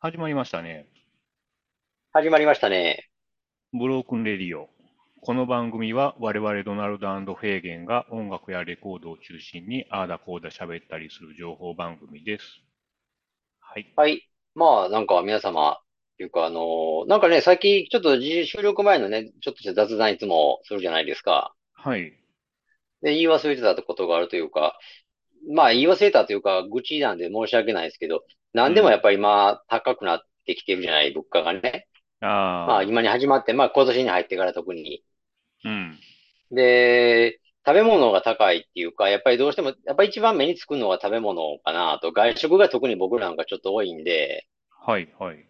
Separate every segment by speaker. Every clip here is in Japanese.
Speaker 1: 始まりましたね。
Speaker 2: 始まりましたね。
Speaker 1: ブロークンレディオ。この番組は我々ドナルドフェーゲンが音楽やレコードを中心にああだこうだ喋ったりする情報番組です。はい。
Speaker 2: はい。まあ、なんか皆様、というか、あのーなんかね、さっき、ちょっとじ収録前のね、ちょっとした雑談いつもするじゃないですか。
Speaker 1: はい。
Speaker 2: で、言い忘れてたことがあるというか、まあ、言い忘れたというか、愚痴なんで申し訳ないですけど、なんでもやっぱり今、高くなってきてるじゃない、物価がね。
Speaker 1: あ
Speaker 2: まあ、今に始まって、まあ、今年に入ってから特に。
Speaker 1: あ、うん。
Speaker 2: で、食べ物が高いっていうか、やっぱりどうしても、やっぱり一番目につくのは食べ物かなと、外食が特に僕なんかちょっと多いんで、
Speaker 1: はい、はい。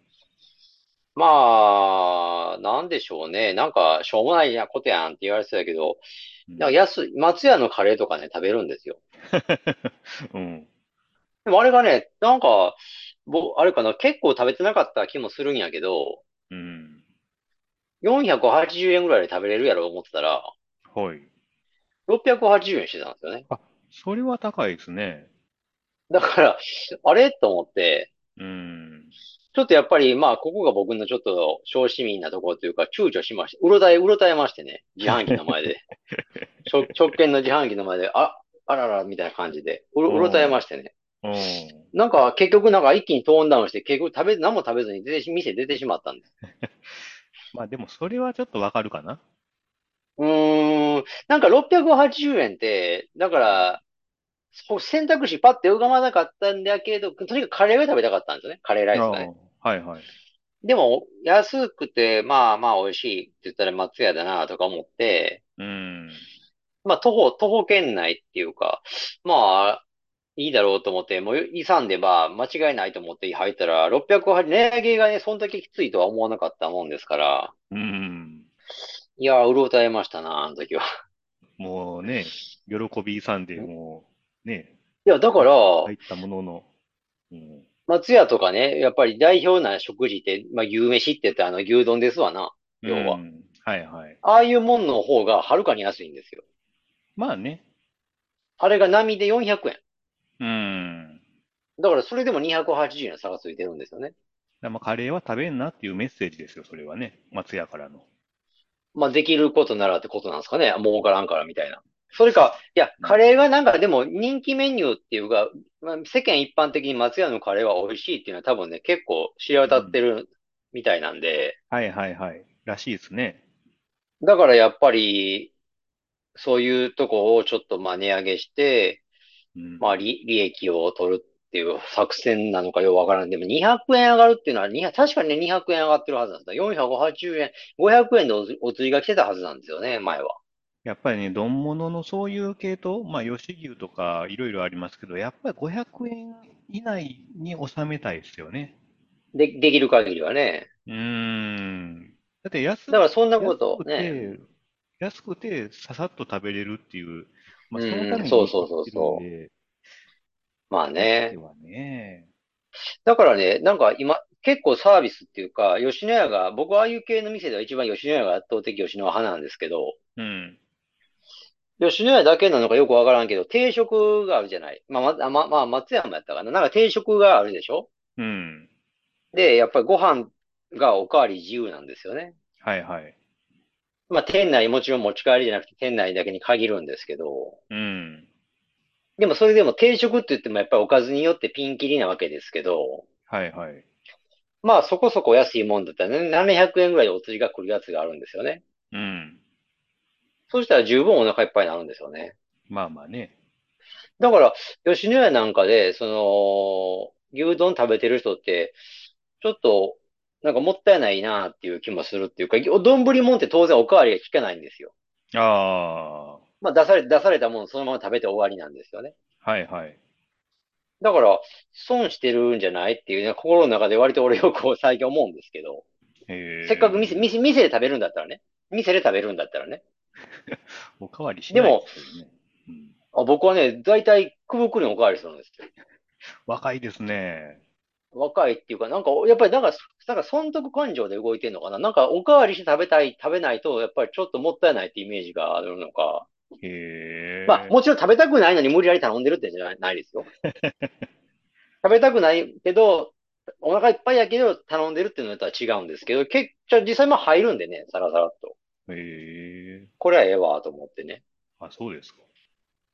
Speaker 2: まあ、なんでしょうね。なんか、しょうもないやことやんって言われてたけど、
Speaker 1: うん
Speaker 2: なんか安い、松屋のカレーとかね、食べるんですよ。
Speaker 1: うん。
Speaker 2: でもあれがね、なんか、僕、あれかな、結構食べてなかった気もするんやけど、
Speaker 1: うん。
Speaker 2: 480円ぐらいで食べれるやろ思ってたら、
Speaker 1: はい。
Speaker 2: 680円してたんですよね。
Speaker 1: それは高いですね。
Speaker 2: だから、あれと思って、
Speaker 1: うん。
Speaker 2: ちょっとやっぱり、まあ、ここが僕のちょっと、小市民なところというか、躊躇しまして、うろたえ、うろたえましてね、自販機の前で。直直券の自販機の前で、あ、あらら、みたいな感じで、うろ、
Speaker 1: うん
Speaker 2: うろたえましてね。
Speaker 1: うん。
Speaker 2: なんか、結局なんか一気にトーンダウンして、結局食べ、何も食べずに出て、店出てしまったんです。
Speaker 1: まあでもそれはちょっとわかるかな。
Speaker 2: うーん、なんか680円って、だから、そう選択肢パッて浮かばなかったんだけど、とにかくカレーが食べたかったんですよね。カレーライスがね。
Speaker 1: ああはい、はい。
Speaker 2: でも、安くて、まあまあ美味しいって言ったら松屋だなとか思って、
Speaker 1: うん。
Speaker 2: まあ徒歩、徒歩圏内っていうか、まあ、いいだろうと思って、もう勇んでば間違いないと思って入ったら、680、値上げがね、そんだけきついとは思わなかったもんですから、
Speaker 1: うん。
Speaker 2: いやー、うろたえましたな、あの時は。
Speaker 1: もうね、喜びさんでもうね、
Speaker 2: いや、だから、
Speaker 1: 入ったものの、うん、
Speaker 2: 松屋とかね、やっぱり代表な食事って、まあ牛飯って言ったらあの牛丼ですわな。要は
Speaker 1: うんはいはい。
Speaker 2: ああいうもんの方がはるかに安いんですよ。
Speaker 1: まあね、
Speaker 2: あれが並で400円。
Speaker 1: うん。
Speaker 2: だからそれでも280円の差がついてるんですよね。
Speaker 1: まあ、カレーは食べんなっていうメッセージですよ、それはね。松屋からの。
Speaker 2: まあ、できることならってことなんですかね。儲からんからみたいな。それか、いや、カレーがなんかでも人気メニューっていうか、まあ、世間一般的に松屋のカレーは美味しいっていうのは多分ね、結構知れ渡ってるみたいなんで、
Speaker 1: はいはいはい。らしいですね。
Speaker 2: だからやっぱり、そういうとこをちょっとまあ値上げして、
Speaker 1: うん、
Speaker 2: まあ利、利益を取るっていう作戦なのかようわからん。でも200円上がるっていうのは、200確かにね200円上がってるはずなんですよ。480円、500円でお釣お釣りが来てたはずなんですよね、前は。
Speaker 1: やっぱりね、丼物のそういう系統、まあ、吉牛とかいろいろありますけど、やっぱり500円以内に収めたいですよね。
Speaker 2: で、できる限りはね。
Speaker 1: うん。だって安く
Speaker 2: だからそんなこと、ね。
Speaker 1: 安くて、安くてささっと食べれるっていう、まあ、
Speaker 2: う
Speaker 1: そ
Speaker 2: ん
Speaker 1: のために
Speaker 2: そうそうそうそう
Speaker 1: 生きてるんで
Speaker 2: まあね
Speaker 1: で。はね。
Speaker 2: だからね、なんか今、結構サービスっていうか、吉野家が、僕はああいう系の店では一番吉野家が圧倒的吉野家派なんですけど、
Speaker 1: うん。
Speaker 2: 吉野家だけなのかよくわからんけど、定食があるじゃない。まあ、ま、ま、まあ、松山やったかな。なんか定食があるでしょ
Speaker 1: うん。
Speaker 2: で、やっぱりご飯がおかわり自由なんですよね。
Speaker 1: はいはい。
Speaker 2: まあ、店内もちろん持ち帰りじゃなくて、店内だけに限るんですけど、
Speaker 1: うん。
Speaker 2: でもそれでも定食って言ってもやっぱりおかずによってピンキリなわけですけど、
Speaker 1: はいはい。
Speaker 2: まあそこそこ安いもんだったらね、700円ぐらいでお釣りが来るやつがあるんですよね。
Speaker 1: うん。
Speaker 2: そうしたら十分お腹いっぱいになるんですよね。
Speaker 1: まあまあね。
Speaker 2: だから、吉野家なんかで、その、牛丼食べてる人って、ちょっと、なんかもったいないなっていう気もするっていうか、丼もんって当然おかわりが効かないんですよ。
Speaker 1: あ
Speaker 2: まあ出され、出されたものそのまま食べて終わりなんですよね。
Speaker 1: あ。はいはい。
Speaker 2: だから、損してるんじゃないっていうね、心の中で割と俺よく最近思うんですけど、
Speaker 1: へえ
Speaker 2: せっかく店、店、店で食べるんだったらね、店で食べるんだったらね、
Speaker 1: おかわりしない
Speaker 2: でも
Speaker 1: すよねうん
Speaker 2: あ僕はね、大体、くぶくにおかわりするんですよ。
Speaker 1: 若いですね。
Speaker 2: 若いっていうか、なんか、やっぱりなんか、なんか、損得感情で動いてるのかな。なんか、おかわりして食べたい、食べないと、やっぱりちょっともったいないってイメージがあるのか。
Speaker 1: へえ。
Speaker 2: まあ、もちろん食べ たくないのに無理やり頼んでるってじゃないないですよ。食べたくないけど、お腹いっぱいやけど頼んでるっていうのとは違うんですけど、結局実際も入るんでね、サラサラっと。
Speaker 1: へえ
Speaker 2: これはええわと思ってね。
Speaker 1: あ、そうですか。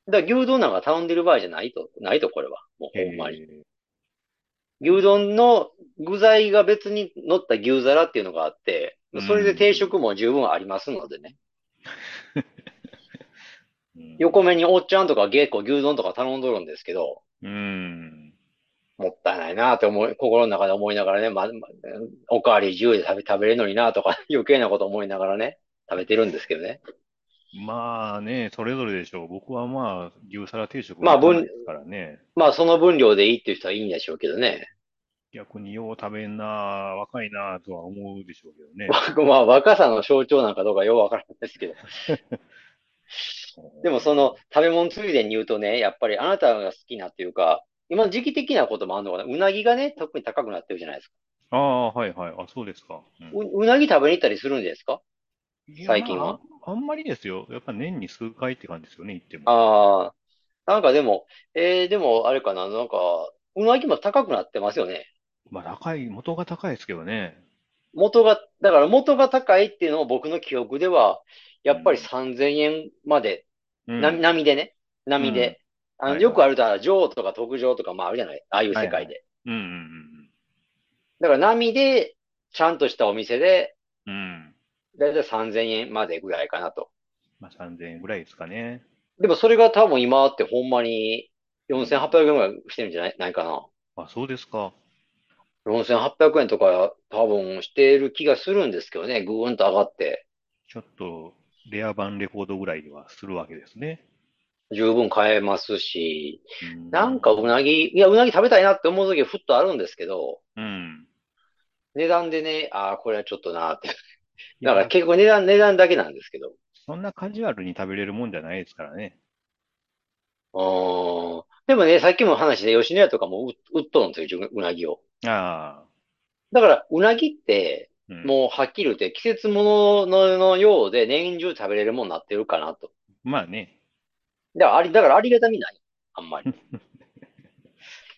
Speaker 2: だから牛丼なんか頼んでる場合じゃないと、ないとこれは。もうほんまに。
Speaker 1: へえ
Speaker 2: 牛丼の具材が別に乗った牛皿っていうのがあって、それで定食も十分ありますのでね。
Speaker 1: うん
Speaker 2: 横目におっちゃんとか結構牛丼とか頼んどるんですけど、
Speaker 1: うん。
Speaker 2: もったいないなって思い、心の中で思いながらね、ま、まおかわり自由で食べ、食べれるのになとか 余計なこと思いながらね、食べてるんですけどね。
Speaker 1: まあね、それぞれでしょう。僕はまあ、牛皿定食
Speaker 2: まあ分
Speaker 1: ですからね。
Speaker 2: まあその分量でいいっていう人はいいんでしょうけどね。
Speaker 1: 逆によう食べんな、若いなとは思うでしょうけどね。
Speaker 2: 僕まあ若さの象徴なんかどうかようわからないですけど。でもその食べ物ついでに言うとね、やっぱりあなたが好きなっていうか、今時期的なこともあるのかな。うなぎがね、特に高くなってるじゃないですか。
Speaker 1: ああ、はいはい。あ、そうですか。うん
Speaker 2: う、うなぎ食べに行ったりするんですか
Speaker 1: いや
Speaker 2: 最近は
Speaker 1: まああんあんまりですよ。やっぱ年に数回って感じですよね、行っても。
Speaker 2: ああ、なんかでも、えー、でもあれかな、なんか、うなぎも高くなってますよね。
Speaker 1: まあ、高い、元が高いですけどね。
Speaker 2: 元が、だから元が高いっていうのも僕の記憶では、やっぱり
Speaker 1: うん
Speaker 2: 3000円まで、
Speaker 1: うん
Speaker 2: な、波でね、波で。あ
Speaker 1: は
Speaker 2: の、
Speaker 1: い
Speaker 2: よくあると、あの女王とか特上とかもあるじゃない、ああいう世
Speaker 1: はいは
Speaker 2: 界
Speaker 1: い
Speaker 2: で。
Speaker 1: うんうん
Speaker 2: だから波で、ちゃんとしたお店で、
Speaker 1: うんうん。うん。
Speaker 2: だいたい3000円までぐらいかなと。
Speaker 1: まあ、3000円ぐらいですかね。
Speaker 2: でもそれが多分今ってほんまに4800円ぐらいしてるんじゃない、ないかな。
Speaker 1: あ、そうですか。
Speaker 2: 4800円とか多分してる気がするんですけどね、ぐーんと上がって。
Speaker 1: ちょっと、レア版レコードぐらいではするわけですね。
Speaker 2: 十分買えますし、
Speaker 1: う
Speaker 2: なんかうなぎ、いや、うなぎ食べたいなって思う時はふっとあるんですけど、
Speaker 1: うん。
Speaker 2: 値段でね、ああ、これはちょっとなーって。
Speaker 1: い
Speaker 2: だ
Speaker 1: や
Speaker 2: から結構値段、値段だけなんですけど。
Speaker 1: そんなカジュアルに食べれるもんじゃないですからね。
Speaker 2: うーん。でもね、さっきも話で吉野家とかもう売っとるんですよ、うなぎを。
Speaker 1: ああ。
Speaker 2: だから、うなぎって、
Speaker 1: うん
Speaker 2: もうはっきり言って季節ものののようで年中食べれるもんになってるかなと。
Speaker 1: まあね。
Speaker 2: だからあり、だからありがたみない。あんま り。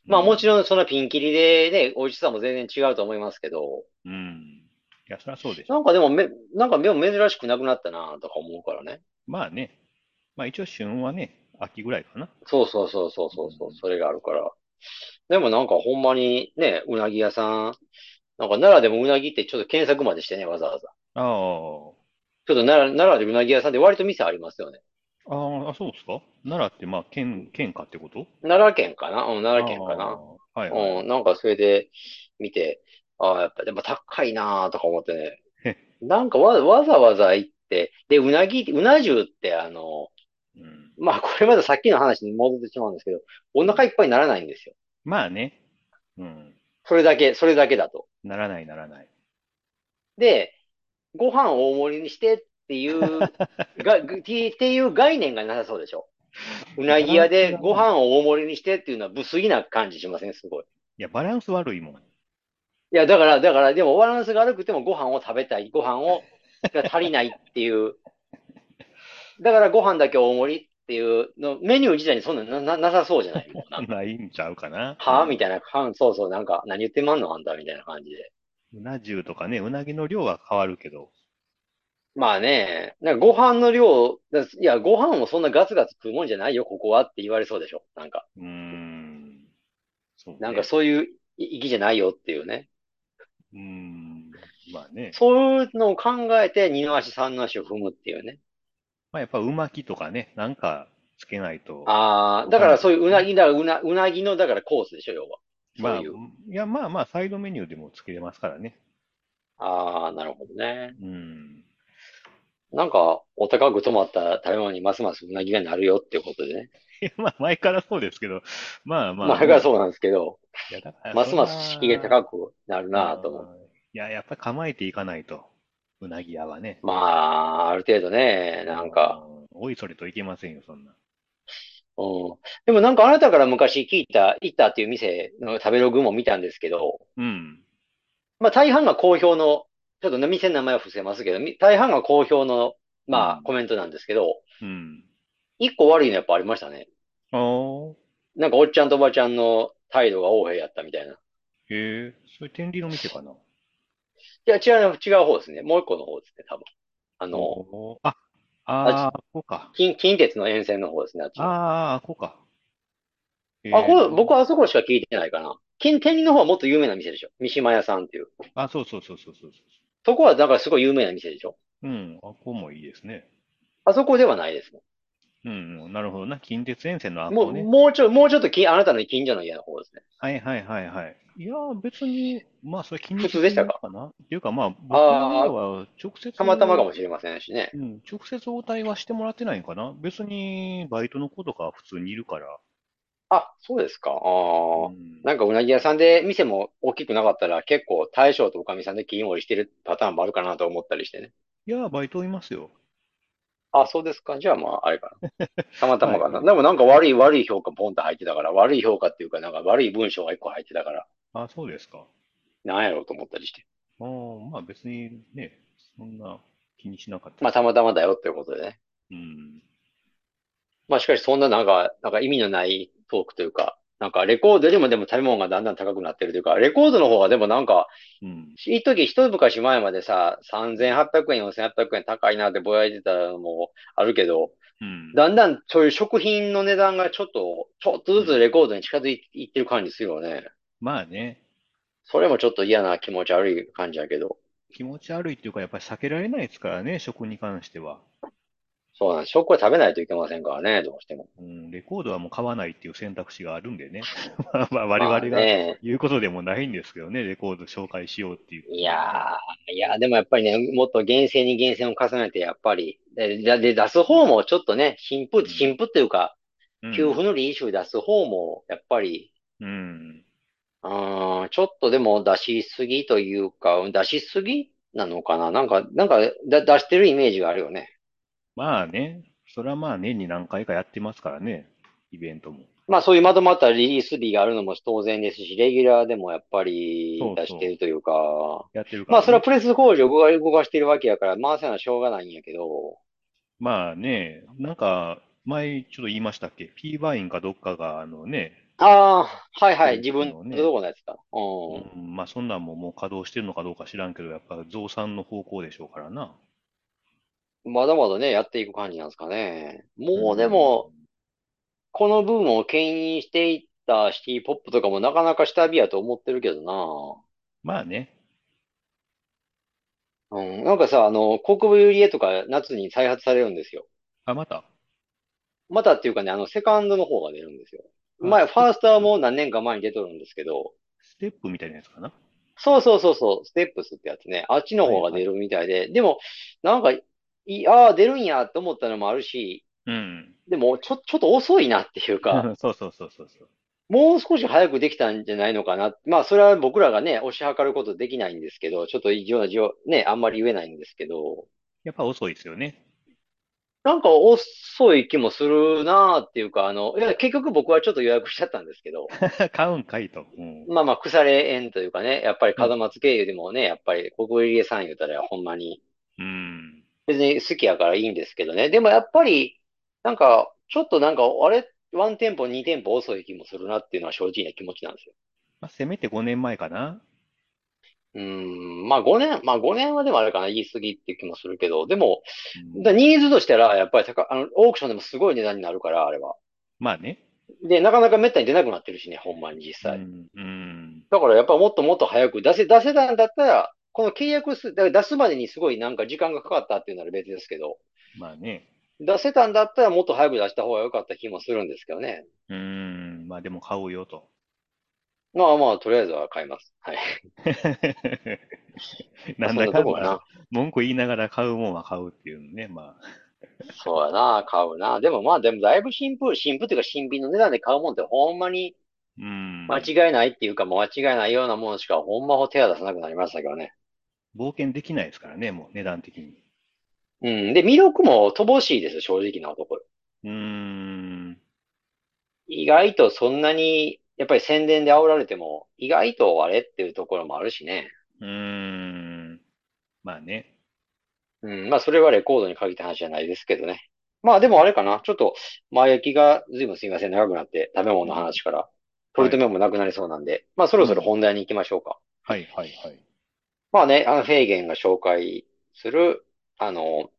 Speaker 2: まあもちろんそのピンキリでね、美味しさも全然違うと思いますけど、
Speaker 1: ろん。うん。いや、そりゃそうでしょ。
Speaker 2: なんかでもめ、なんかでも珍しくなくなったなとか思うからね。
Speaker 1: まあね。まあ一応旬はね、秋ぐらいかな。
Speaker 2: そうそうそうそうそうそう、それがあるから。でもなんかほんまにね、うなぎ屋さん、なんか奈良でもうなぎってちょっと検索までしてね、わざわざ。
Speaker 1: ああ。
Speaker 2: ちょっと奈良、奈良でうなぎ屋さんって割と店ありますよね。
Speaker 1: あーあ、そうですか。奈良って、まあ、県、県下ってこと
Speaker 2: 奈良県かなうん、奈良県かな。
Speaker 1: あーはいはい。
Speaker 2: うん、なんかそれで見て、ああ、やっぱでも高いなーとか思ってね。 なんかわ、わざわざ行って、で、うなぎ、うな重ってあの、
Speaker 1: うん
Speaker 2: まあこれまでさっきの話に戻ってしまうんですけど、お腹いっぱいにならないんですよ。
Speaker 1: まあね。うん。
Speaker 2: それだけ、それだけだと。
Speaker 1: ならないならない。
Speaker 2: で、ご飯大盛りにしてっていう、が、ぐてっていう概念がなさそうでしょ。うなぎ屋でご飯を大盛りにしてっていうのは無粋な感じしませんすごい。
Speaker 1: いや、バランス悪いもん。
Speaker 2: いや、だから、だから、でもバランスが悪くてもご飯を食べたい、ご飯を、が足りないっていう。だからご飯だけ大盛りっていうの、メニュー自体にそんなな、な、なさそうじゃないもうなんか
Speaker 1: ないんちゃうかな。
Speaker 2: はぁみたいな、はんそうそう、なんか、何言ってまんのあんたみたいな感じで。
Speaker 1: うな重とかね、うなぎの量は変わるけど。
Speaker 2: まあね、なんかご飯の量、だいや、ご飯をそんなガツガツ食うもんじゃないよ、ここはって言われそうでしょ。なんか、
Speaker 1: うーん。そうね
Speaker 2: なんかそういう意義じゃないよっていうね。
Speaker 1: うーん。まあね。
Speaker 2: そういうのを考えて、二の足三の足を踏むっていうね。
Speaker 1: まあやっぱ、うまきとかね、なんかつけないと。
Speaker 2: ああ、だからそういううなぎだ、うな、うなぎの、だからコースでしょ、要は。
Speaker 1: まあ、
Speaker 2: そういう。
Speaker 1: や、まあまあ、サイドメニューでもつけれますからね。
Speaker 2: ああ、なるほどね。
Speaker 1: うん。
Speaker 2: なんか、お高く泊まった食べ物にますますうなぎがなるよっていうことでね。
Speaker 1: いやまあ、前からそうですけど、まあまあ。
Speaker 2: まあ、だからそうなんですけど、
Speaker 1: いやだから
Speaker 2: ますます敷居が
Speaker 1: く
Speaker 2: 高くなるなぁと思う。
Speaker 1: いや、やっぱり構えていかないと、うなぎ屋はね。
Speaker 2: まあ、ある程度ね、なんか、
Speaker 1: うん。おいそれといけませんよ、そんな。
Speaker 2: うん。でもなんかあなたから昔聞いた、行ったっていう店の食べログも見たんですけど、
Speaker 1: うん。
Speaker 2: まあ大半が好評の、ちょっと店の名前は伏せますけど、み大半が好評の、ま
Speaker 1: う
Speaker 2: あ
Speaker 1: ん
Speaker 2: コメントなんですけど、
Speaker 1: うん。
Speaker 2: 一個悪いのやっぱありましたね。
Speaker 1: おー
Speaker 2: なんかおっちゃんとおばちゃんの態度が横柄やったみたいな。
Speaker 1: へえ、それ天理の店かない
Speaker 2: や、違う、違う方ですね。もう一個の方ですね、多分。あの、
Speaker 1: おーあ、あー、こうか。
Speaker 2: 近、近鉄の沿線の方ですね、あっちの
Speaker 1: あー、こうか。へ
Speaker 2: あ、
Speaker 1: ー
Speaker 2: これ、僕はあそこしか聞いてないかな。近天理の方はもっと有名な店でしょ。三島屋さんっていう。
Speaker 1: あ、そうそうそうそうそうそ
Speaker 2: そこはだからすごい有名な店でしょ。
Speaker 1: う。うん、あ、ここもいいですね。
Speaker 2: あそこではないですも
Speaker 1: うん、うんなるほどな。近鉄沿線のあ
Speaker 2: ん。も
Speaker 1: こ
Speaker 2: う、
Speaker 1: ね。
Speaker 2: もうちょ、もうちょっとき、あなたの近所の家の方ですね。
Speaker 1: はいはいはいはい。いやー、別に、まあ、それ近
Speaker 2: 普通でしたか
Speaker 1: かな。っていうか、まあ、僕
Speaker 2: あー
Speaker 1: らは直接、
Speaker 2: たまたまかもしれませんしね。
Speaker 1: うん、直接応対はしてもらってないんかな。別に、バイトの子とかは普通にいるから。
Speaker 2: あ、そうですか。あ
Speaker 1: う
Speaker 2: あ。
Speaker 1: ん
Speaker 2: なんかうなぎ屋さんで店も大きくなかったら結構大将とおかみさんで切り盛りしてるパターンもあるかなと思ったりしてね。
Speaker 1: いやー、バイトいますよ。
Speaker 2: あ、そうですか。じゃあまあ、あれかな。 たまたまかな。
Speaker 1: はい
Speaker 2: でもなんか悪い悪い評価ポンと入ってたから、悪い評価っていうかなんか悪い文章が一個入ってたから、
Speaker 1: あ、そうですか。
Speaker 2: なんやろうと思ったりして。
Speaker 1: あーまあ、別にね、そんな気にしなかった。
Speaker 2: まあ、たまたまだよっていうことでね。
Speaker 1: うん。
Speaker 2: まあしかしそんななんか、なんか意味のないトークというか、なんかレコードよりもでも食べ物がだんだん高くなってるというか、レコードの方がでもなんか、
Speaker 1: うん。
Speaker 2: 一時一昔前までさ、3800円、4800円高いなってぼやいてたのもあるけど、
Speaker 1: うん。
Speaker 2: だんだんそういう食品の値段がちょっと、ちょっとずつレコードに近づいていってる感じするよね。
Speaker 1: まあね、
Speaker 2: それもちょっと嫌な気持ち悪い感じやけど。
Speaker 1: 気持ち悪いっていうか、やっぱり避けられないですからね、食に関しては。
Speaker 2: そうなんです。食は食べないといけませんからね、どうしても。
Speaker 1: うん、レコードはもう買わないっていう選択肢があるんでね。 まあ、まあ我
Speaker 2: まあ
Speaker 1: 々が
Speaker 2: ね。
Speaker 1: 言うことでもないんですけどね、レコード紹介しようっていう。
Speaker 2: いやー、いやー、でもやっぱりね、もっと厳正に厳正を重ねて、やっぱり、で、でで出す方もちょっとね、新
Speaker 1: うん
Speaker 2: 婦、新婦っていうか、
Speaker 1: うん、
Speaker 2: 給付の理由出す方も、やっぱり、
Speaker 1: うん。
Speaker 2: うーん、ちょっとでも出しすぎというか、出しすぎなのかななんか、なんか、だ、出してるイメージがあるよね。
Speaker 1: まあね、それはまあ年に何回かやってますからね、イベントも。
Speaker 2: まあそういうまとまったリリース日があるのも当然ですし、レギュラーでもやっぱり
Speaker 1: そうそう
Speaker 2: 出してるというか、
Speaker 1: やってるか
Speaker 2: ま
Speaker 1: ら、
Speaker 2: あそれはプレス工場を動か、動かしてるわけやから、回せなしょうがないんやけど、
Speaker 1: まあね、なんか、前ちょっと言いましたっけ、ピーバインかどっかが、あのね、
Speaker 2: ああ、はいは
Speaker 1: う
Speaker 2: い、
Speaker 1: ん
Speaker 2: 自分
Speaker 1: あのね
Speaker 2: のとこのやつだ。
Speaker 1: う
Speaker 2: うん。
Speaker 1: ん、まあそんなんももう稼働してるのかどうか知らんけど、やっぱ増産の方向でしょうからな。
Speaker 2: まだまだね、やっていく感じなんですかね。もうでも、このブームを牽引していったシティポップとかもなかなか下火やと思ってるけど
Speaker 1: まあね、
Speaker 2: な。うん。なんかさ、あの、国分ユリエとか夏に再発されるんですよ。
Speaker 1: あ、また、
Speaker 2: またっていうかね、あの、セカンドの方が出るんですよ。
Speaker 1: あ
Speaker 2: 前、ファーストはもう何年か前に出とるんですけど、
Speaker 1: ステップみたいなやつかな。
Speaker 2: そうそうそうそう、ステップスってやつね。あっちの方が出るみたいで、でも、なんか、い、ああ、出るんやと思ったのもあるし、
Speaker 1: うん。
Speaker 2: でも、ちょ、ちょっと遅いなっていうか、
Speaker 1: そうそうそうそうそう。
Speaker 2: もう少し早くできたんじゃないのかな。まあ、それは僕らがね、推し量ることできないんですけど、ちょっと異常な情、ね、あんまり言えないんですけど、
Speaker 1: やっぱ遅いですよね。
Speaker 2: なんか遅い気もするなーっていうか、あの、いや、結局僕はちょっと予約しちゃったんですけど、
Speaker 1: 買うんかいと。うん
Speaker 2: まあまあ、腐れ縁というかね、やっぱり門松経由でもね、やっぱり国入りさん言うたらほんまに、
Speaker 1: うん。
Speaker 2: 別に好きやからいいんですけどね。でもやっぱり、なんか、ちょっとなんか、あれ、ワンテンポ、2テンポ遅い気もするなっていうのは正直な気持ちなんですよ。
Speaker 1: まあ、せめて5年前かな。
Speaker 2: うーん、まあ5年、まあ5年はでもあれかな、言い過ぎっていう気もするけど、でも、
Speaker 1: うん
Speaker 2: だニーズとしたら、やっぱり高いあの、オークションでもすごい値段になるから、あれは。
Speaker 1: まあね。
Speaker 2: で、なかなかめったに出なくなってるしね、ほんまに実
Speaker 1: う
Speaker 2: 際。
Speaker 1: ん。うん。
Speaker 2: だからやっぱもっともっと早く出せ、出せたんだったら、この契約数、だから出すまでにすごいなんか時間がかかったっていうなら別ですけど、
Speaker 1: まあね。
Speaker 2: 出せたんだったらもっと早く出した方が良かった気もするんですけどね。
Speaker 1: うん。まあでも買おうよ と。
Speaker 2: まあまあ、とりあえずは買います。はい。
Speaker 1: なん
Speaker 2: そん
Speaker 1: だ
Speaker 2: な
Speaker 1: か
Speaker 2: と
Speaker 1: ん
Speaker 2: こか
Speaker 1: だ
Speaker 2: な。
Speaker 1: 文句言いながら買うもんは買うっていうのね。まあ。
Speaker 2: そうやな、買うな。でもまあ、でもだいぶ新婦、新婦っていうか新品の値段で買うもんってほんまに、
Speaker 1: うん。
Speaker 2: 間違いないっていうか、もう間違いないようなものしか、ほんまほ手は出さなくなりましたけどね。
Speaker 1: 冒険できないですからね、もう値段的に。
Speaker 2: うん。で、魅力も乏しいですよ、正直なところ。
Speaker 1: うん。
Speaker 2: 意外とそんなに、やっぱり宣伝で煽られても、意外とあれっていうところもあるしね。
Speaker 1: うん。まあね。
Speaker 2: うん。まあ、それはレコードに限った話じゃないですけどね。まあ、でもあれかな。ちょっと、前置きが随分すいません、長くなって、食べ物の話から。取り留めもなくなりそうなんで、まあそろそろ本題に行きましょうか。
Speaker 1: はいはいはい。
Speaker 2: まあね、あの、フェーゲンが紹介する、あの、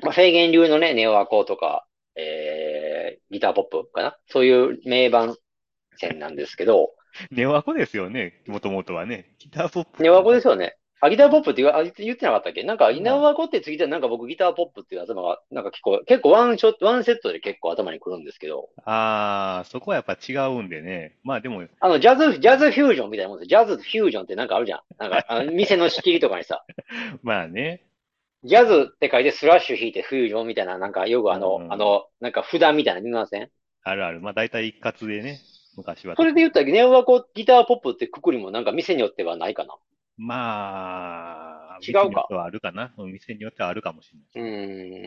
Speaker 2: まあ、フェーゲン流のね、ネオアコとか、えー、ギターポップかなそういう名盤線なんですけど、
Speaker 1: ネワコですよね、もともとはね。ギターポップ。
Speaker 2: ネオアコですよね。あ、ギターポップって言わあ言ってなかったっけなんか、ネオアコってついてなんか僕ギターポップっていう頭が、なんか結構、結構ワンショット、ワンセットで結構頭にくるんですけど、
Speaker 1: ああ、そこはやっぱ違うんでね。まあでも、
Speaker 2: あの、ジャズ、ジャズフュージョンみたいなもんですよ。ジャズフュージョンってなんかあるじゃん。なんか、あの、店の仕切りとかにさ、
Speaker 1: まあね。
Speaker 2: ジャズって書いてスラッシュ弾いてフュージョンみたいな、なんかよくあの、
Speaker 1: うん
Speaker 2: あの、なんか札みたいなの見ません
Speaker 1: あるある。まあ大体一括でね、昔は。
Speaker 2: それで言ったら、ネオワコギターポップってくくりもなんか店によってはないかな。
Speaker 1: まあ、
Speaker 2: 違うか
Speaker 1: 店によってはあるかな。うん店によってはあるかもしれない。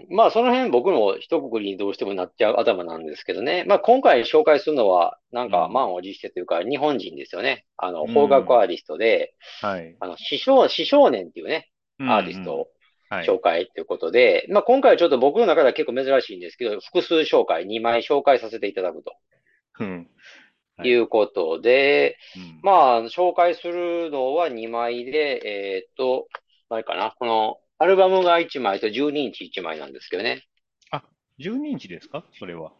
Speaker 2: うーん。まあその辺僕も一括りにどうしてもなっちゃう頭なんですけどね。まあ今回紹介するのは、なんか
Speaker 1: うん
Speaker 2: 満を持してというか、日本人ですよね。あの、
Speaker 1: うん
Speaker 2: 邦楽アーティストで、
Speaker 1: はい。
Speaker 2: あの、師匠、師少年っていうね、アーティストを
Speaker 1: うんうん、はい。
Speaker 2: 紹介ということで、まあ今回はちょっと僕の中では結構珍しいんですけど、複数紹介、2枚紹介させていただく
Speaker 1: うん。
Speaker 2: ということで、
Speaker 1: うん
Speaker 2: まあ紹介するのは2枚で、えーっと、あれかな、このアルバムが1枚と12インチ1枚なんですけどね。
Speaker 1: 12インチですかそれは。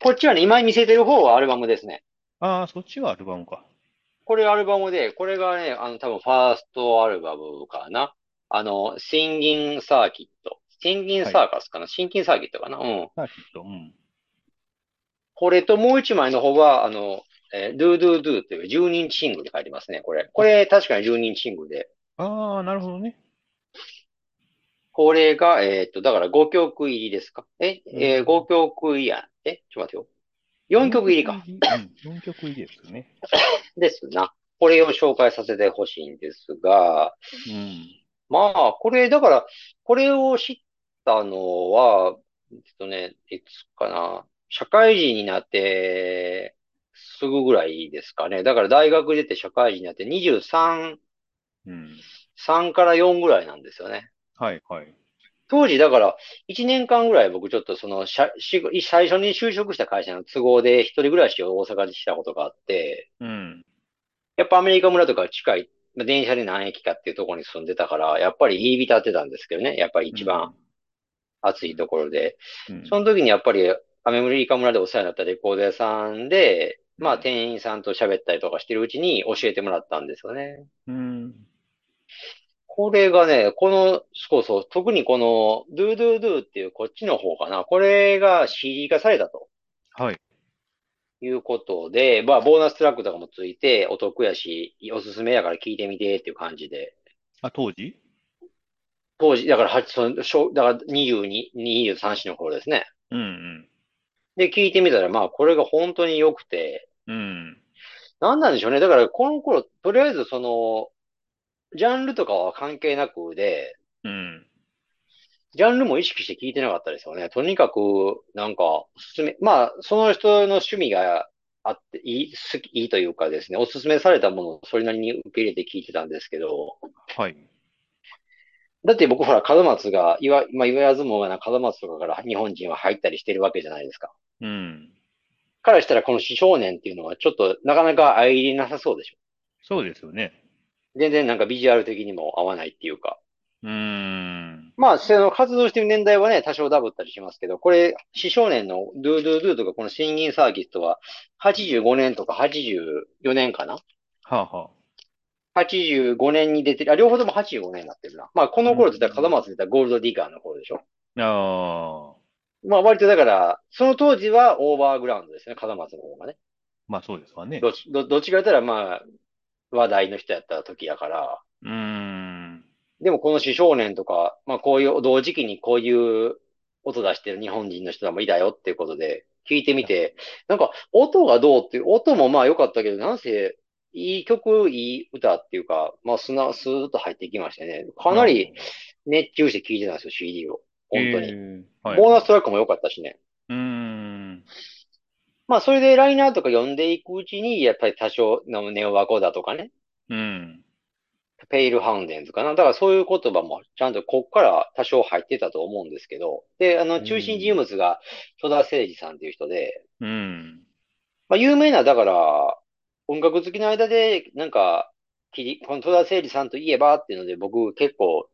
Speaker 2: こっちはね、今見せてる方はアルバムですね。
Speaker 1: ああ、そっちはアルバムか。
Speaker 2: これアルバムで、これがね、あの多分ファーストアルバムかな。あの、シンギンサーキット。シンギンサーカスかな、シンギンサーキットかなうん。
Speaker 1: サーキット。うん。
Speaker 2: これともう一枚の方は、あの、えー、ドゥドゥドゥという10人シングルで書いてますね、これ。これ、確かに10人シングルで。
Speaker 1: ああ、なるほどね。
Speaker 2: これが、えーっと、だから5曲入りですか
Speaker 1: う
Speaker 2: え、
Speaker 1: ん
Speaker 2: えー、5曲入りや。え、ちょっと待ってよ。4曲入りか。
Speaker 1: うん。4曲入りですね。
Speaker 2: ですな。これを紹介させてほしいんですが、
Speaker 1: うん。
Speaker 2: まあ、これ、だから、これを知ったのは、えっとね、いつかな、社会人になってすぐぐらいですかね。だから大学出て社会人になって23、
Speaker 1: うん。
Speaker 2: 3から4ぐらいなんですよね。
Speaker 1: はいはい。
Speaker 2: 当時、だから、1年間ぐらい僕ちょっとその、社仕最初に就職した会社の都合で一人暮らしを大阪でしたことがあって、
Speaker 1: うん。
Speaker 2: やっぱアメリカ村とか近い、まあ電車で何駅かっていうところに住んでたから、やっぱり言い浸ってたんですけどね。やっぱり一番暑いところで。
Speaker 1: うん。
Speaker 2: その時にやっぱり、アメリカ村でお世話になったレコード屋さんで、まあ店員さんと喋ったりとかしてるうちに教えてもらったんですよね。
Speaker 1: うん。
Speaker 2: これがね、この、そうそう、特にこの、ドゥドゥドゥっていうこっちの方かな。これが CD 化されたと
Speaker 1: はい。
Speaker 2: いうことで、まあボーナストラックとかもついて、お得やし、おすすめやから聞いてみてっていう感じで。
Speaker 1: あ、当時
Speaker 2: 当時、だから8、その、小だから22、23歳の頃ですね。
Speaker 1: うん
Speaker 2: で、聞いてみたら、まあこれが本当に良くて、
Speaker 1: うん。うん。
Speaker 2: なんなんでしょうね。だから、この頃、とりあえず、その、ジャンルとかは関係なくで、
Speaker 1: うん。
Speaker 2: ジャンルも意識して聞いてなかったですよね。とにかく、なんか、おすすめ、まあ、その人の趣味があって、いい、好き、いいというかですね、おすすめされたものをそれなりに受け入れて聞いてたんですけど、
Speaker 1: はい。
Speaker 2: だって僕、ほら、門松が、いわ、まあ、いわやずもがな門松とかから日本人は入ったりしてるわけじゃないですか。
Speaker 1: うん。
Speaker 2: からしたら、この四少年っていうのは、ちょっと、なかなか相入りなさそうでしょ。
Speaker 1: そうですよね。
Speaker 2: 全然なんかビジュアル的にも合わないっていうか。
Speaker 1: うーん。
Speaker 2: まあ、その活動してる年代はね、多少ダブったりしますけど、これ、四少年のドゥドゥドゥとか、この新銀サーキットは、85年とか84年かな
Speaker 1: はあは
Speaker 2: ?85 年に出てる、あ、両方とも85年になってるな。まあ、この頃って言ったら、門松で言ったらゴールドディガーの頃でしょ
Speaker 1: あ。ああ。
Speaker 2: まあ、割とだから、その当時はオーバーグラウンドですね、門松の方がね。
Speaker 1: まあそうですわね。
Speaker 2: どっち、ど、どっちか言ったら、まあ、話題の人やった時やから、
Speaker 1: うーん。
Speaker 2: でもこの四少年とか、まあこういう、同時期にこういう音出してる日本人の人らもいたよっていうことで、聞いてみて、なんか音がどうっていう、音もまあ良かったけど、なんせ、いい曲、いい歌っていうか、まあすな、スーッと入ってきましてね、かなり熱中して聴いてたんですよ、CD を。
Speaker 1: うん、
Speaker 2: 本当に。
Speaker 1: えーはい。
Speaker 2: ボーナストラックも良かったしね。
Speaker 1: うーん。
Speaker 2: まあそれでライナーとか読んでいくうちに、やっぱり多少のネオワコだとかね、
Speaker 1: うん。
Speaker 2: ペイルハウンデンズかな。だからそういう言葉もちゃんとこっから多少入ってたと思うんですけど、で、あ
Speaker 1: う
Speaker 2: の、
Speaker 1: ん
Speaker 2: 中心人物が戸田誠二さんっていう人で、
Speaker 1: うん。
Speaker 2: まあ、有名な、だから、音楽好きの間で、なんか、きり、この戸田誠理さんといえばっていうので、僕結構、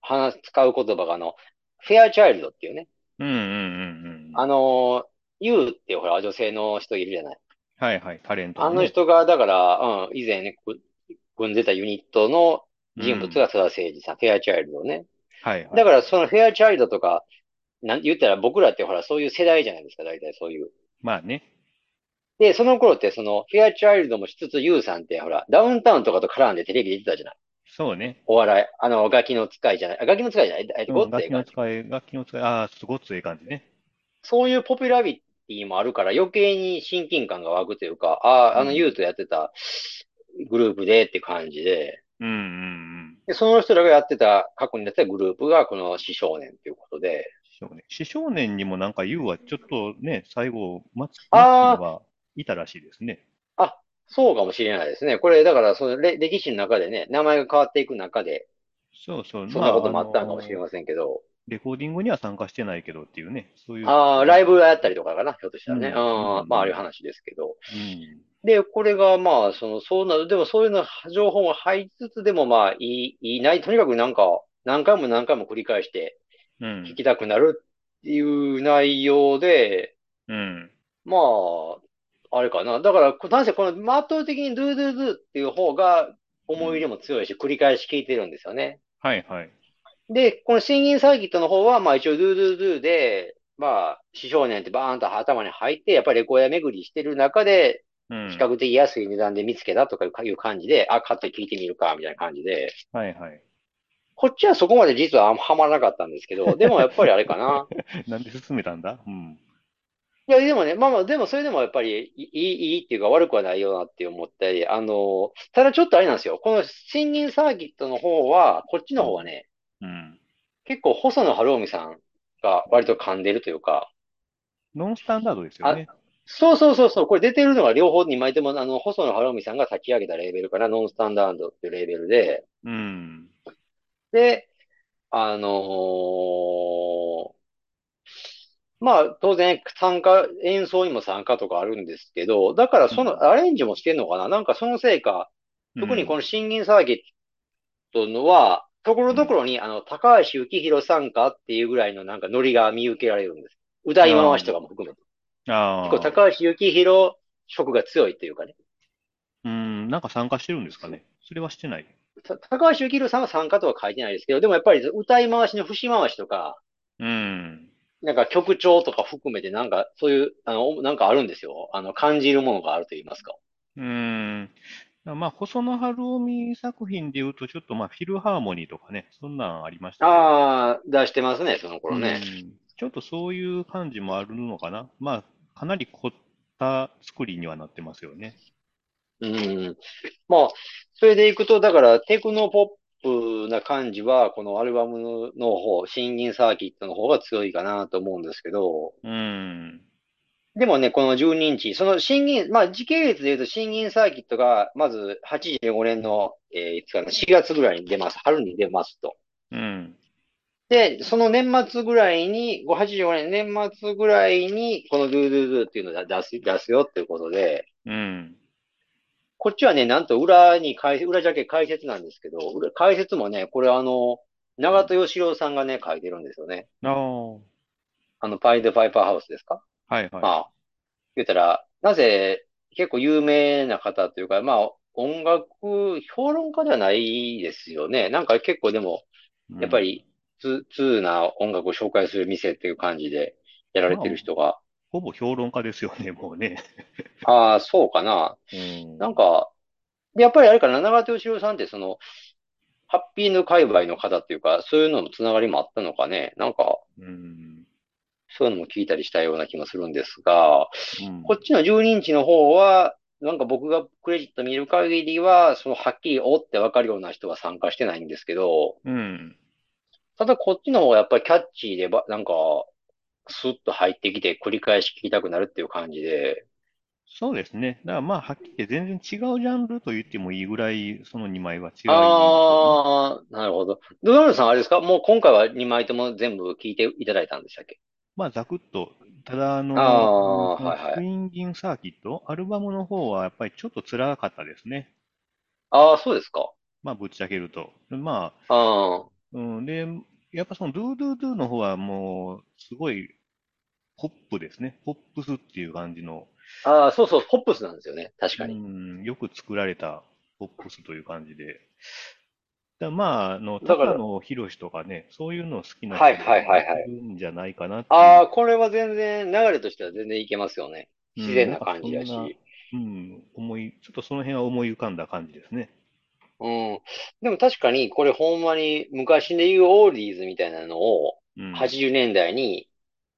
Speaker 2: 話、使う言葉があの、フェアチャイルドっていうね。
Speaker 1: うんうんうんうん。
Speaker 2: あの、ユーってほら、女性の人いるじゃない。
Speaker 1: はいはい、タレント
Speaker 2: あ
Speaker 1: ね
Speaker 2: の人が、だから、うん、以前ね、く組んでたユニットの人物が戸田誠理さん、フェアチャイルドね。
Speaker 1: はいはい。
Speaker 2: だから、そのフェアチャイルドとか、なん言ったら僕らってほら、そういう世代じゃないですか、大体そういう。
Speaker 1: まあね。
Speaker 2: で、その頃って、その、フェアチャイルドもしつつ、ユーさんって、ほら、ダウンタウンとかと絡んでテレビ出てたじゃない。
Speaker 1: そうね。
Speaker 2: お笑い、あの、ガキの使いじゃない、あガキの使いじゃない、えっ
Speaker 1: う
Speaker 2: と、
Speaker 1: ん
Speaker 2: ごっ
Speaker 1: 楽
Speaker 2: つええ
Speaker 1: 器
Speaker 2: 感
Speaker 1: の
Speaker 2: じ。
Speaker 1: 使い、楽器の使い、ああ、すごっつええ感じね。
Speaker 2: そういうポピュラビティもあるから、余計に親近感が湧くというか、ああ、あ
Speaker 1: う
Speaker 2: の、
Speaker 1: ん
Speaker 2: ユーとやってたグループでって感じで、
Speaker 1: うんうんうん。
Speaker 2: で、その人らがやってた、過去にやってたグループが、この、死少年ということで、
Speaker 1: 少年。死少年にもなんか U はちょっとね、最後、マツ
Speaker 2: あー
Speaker 1: マツキはいたらしいですね。
Speaker 2: そうかもしれないですね。これ、だから、その、れ歴史の中でね、名前が変わっていく中で、
Speaker 1: そうそう。
Speaker 2: そんなこともあったのかもしれ
Speaker 1: せん。
Speaker 2: ませんけど、
Speaker 1: レコーディングには参加してないけどっていうね、そういう。
Speaker 2: ああ、ライブやったりとかかな、ひょっとしたらね。
Speaker 1: うん
Speaker 2: ああ
Speaker 1: うん
Speaker 2: まあ、ああいう話ですけど。
Speaker 1: うん。
Speaker 2: で、これが、まあ、その、そうなる、でもそういうの、情報も入りつつでも、まあ、いい、いいない、とにかくなんか、何回も何回も繰り返して、
Speaker 1: うん。
Speaker 2: 聞きたくなるっていう内容で、
Speaker 1: うん。
Speaker 2: まあ、あれかな。だから、こなんせこの、まあ圧倒的にドゥドゥドゥっていう方が、思い入れも強いし、繰り返し聞いてるんですよね。
Speaker 1: はいはい。
Speaker 2: で、このシンギンサーキットの方は、まあ一応、ドゥドゥドゥで、まあ、死少年ってバーンと頭に入って、やっぱりレコヤ巡りしてる中で、
Speaker 1: うん。
Speaker 2: 比較的安い値段で見つけたとかいう感じで、あ、買って聞いてみるか、みたいな感じで、
Speaker 1: はいはい。こ
Speaker 2: こっちはそこまで実はあんまハマらなかったんです けど、でもやっぱりあれかな。
Speaker 1: なんで進めたんだうん。
Speaker 2: いや、でもね、まあまあ、でもそれでもやっぱりいいい、いいっていうか悪くはないよなって思ったり、あの、ただちょっとあれなんですよ。この森林サーキットの方は、こっちの方はね、
Speaker 1: うん。
Speaker 2: 結構細野晴臣さんが割と噛んでるというか、
Speaker 1: ノンスタンダードですよね。
Speaker 2: そうそうそうそう、これ出てるのが両方に巻いても、あの、細野晴臣さんが立ち上げたレーベルからノンスタンダードっていうレーベルで、
Speaker 1: うん。
Speaker 2: で、あのーまあ、当然、参加、演奏にも参加とかあるんですけど、だからそ
Speaker 1: うん
Speaker 2: のアレンジもしてんのかななんかそのせいか、特にこの新銀サーキットのは、ところどころに、あの、高橋幸宏参加っていうぐらいのなんかノリが見受けられるんです。歌い回しとかも含めて。
Speaker 1: の、あ
Speaker 2: 結構
Speaker 1: あ、
Speaker 2: 高橋幸宏色が強いというかね。
Speaker 1: うん、なんか参加してるんですかね。それはしてない。
Speaker 2: た高橋幸宏さんは参加とは書いてないですけど、でもやっぱり歌い回しの節回しとか、
Speaker 1: うん。
Speaker 2: なんか曲調とか含めてなんかそういう、あの、なんかあるんですよ。あの、感じるものがあると言いますか。
Speaker 1: うん。まあ、細野晴臣作品で言うと、ちょっとまあ、フィルハーモニーとかね、そんなんありましたけど
Speaker 2: ああ、出してますね、その頃ね。
Speaker 1: うんちょっとそういう感じもあるのかな。まあ、かなり凝った作りにはなってますよね。
Speaker 2: うん。まあ、それでいくと、だからテクノポップな感じは、このアルバムの方、新銀サーキットの方が強いかなと思うんですけど、
Speaker 1: うん。
Speaker 2: でもね、この12日、その新銀、まあ時系列で言うと新銀サーキットが、まず85年の、えーいつかな、4月ぐらいに出ます。春に出ますと。
Speaker 1: うん。
Speaker 2: で、その年末ぐらいに、585年年末ぐらいに、このドゥドゥドゥっていうのを出す、出すよっていうことで、
Speaker 1: うん。
Speaker 2: こっちはね、なんと裏に解、裏ジャケ解説なんですけど、裏解説もね、これあの、長戸義郎さんがね、書いてるんですよね。
Speaker 1: ああ、は
Speaker 2: あの、パイドパイパーハウスですか
Speaker 1: いはい。
Speaker 2: まあ、言ったら、なぜ、結構有名な方というか、まあ、音楽評論家ではないですよね。なんか結構でも、
Speaker 1: うん
Speaker 2: やっぱ、り、ツ、通な音楽を紹介する店っていう感じでやられてる人が。
Speaker 1: ほぼ評論家ですよね、 もうね。
Speaker 2: ああ、そうかな。
Speaker 1: うん。
Speaker 2: なんか、でやっぱりあれかな、長田義郎さんってその、ハッピーの界隈の方っていうか、そういうののつながりもあったのかね。なんか、
Speaker 1: うん。
Speaker 2: そういうのも聞いたりしたような気もするんですが、
Speaker 1: うん
Speaker 2: こっちの12インチの方は、なんか僕がクレジット見る限りは、そのはっきりおってわかるような人は参加してないんですけど、
Speaker 1: うん。
Speaker 2: ただこっちの方がやっぱりキャッチーでば、なんか、スッと入ってきて繰り返し聞きたくなるっていう感じで、
Speaker 1: そうですね。だからまあ、はっきり言って全然違うジャンルと言ってもいいぐらい、その2枚は違います
Speaker 2: ああ、なるほど。ドナルドさん、あれですかもう今回は2枚とも全部聞いていただいたんでしたっけ
Speaker 1: まあ、ざくっと、ただ、あの、
Speaker 2: あー
Speaker 1: その
Speaker 2: はいはい
Speaker 1: スインギングサーキット、アルバムの方はやっぱりちょっと辛かったですね。
Speaker 2: ああ、そうですか。
Speaker 1: まあ、ぶっちゃけると。まあ、
Speaker 2: ああ、
Speaker 1: うん、で、やっぱその、ドゥードゥードゥの方はもう、すごい、ポップですね。ポップスっていう感じの、
Speaker 2: ああ、そうそう、ポップスなんですよね。確か
Speaker 1: う
Speaker 2: に。
Speaker 1: ん、よく作られたポップスという感じで。だまあ、あの、
Speaker 2: だから
Speaker 1: 高野宏とかね、そういうのを好きな
Speaker 2: はい
Speaker 1: 人
Speaker 2: はいはいはい
Speaker 1: いるんじゃないかなっていう
Speaker 2: ああ、これは全然、流れとしては全然いけますよね。
Speaker 1: うん
Speaker 2: 自然な感じ
Speaker 1: な
Speaker 2: だ
Speaker 1: んか
Speaker 2: し。
Speaker 1: そんなうん、思い、ちょっとその辺は思い浮かんだ感じですね。
Speaker 2: うん。でも確かに、これほんまに昔で言うオールディーズみたいなのを、
Speaker 1: うん、
Speaker 2: 80年代に、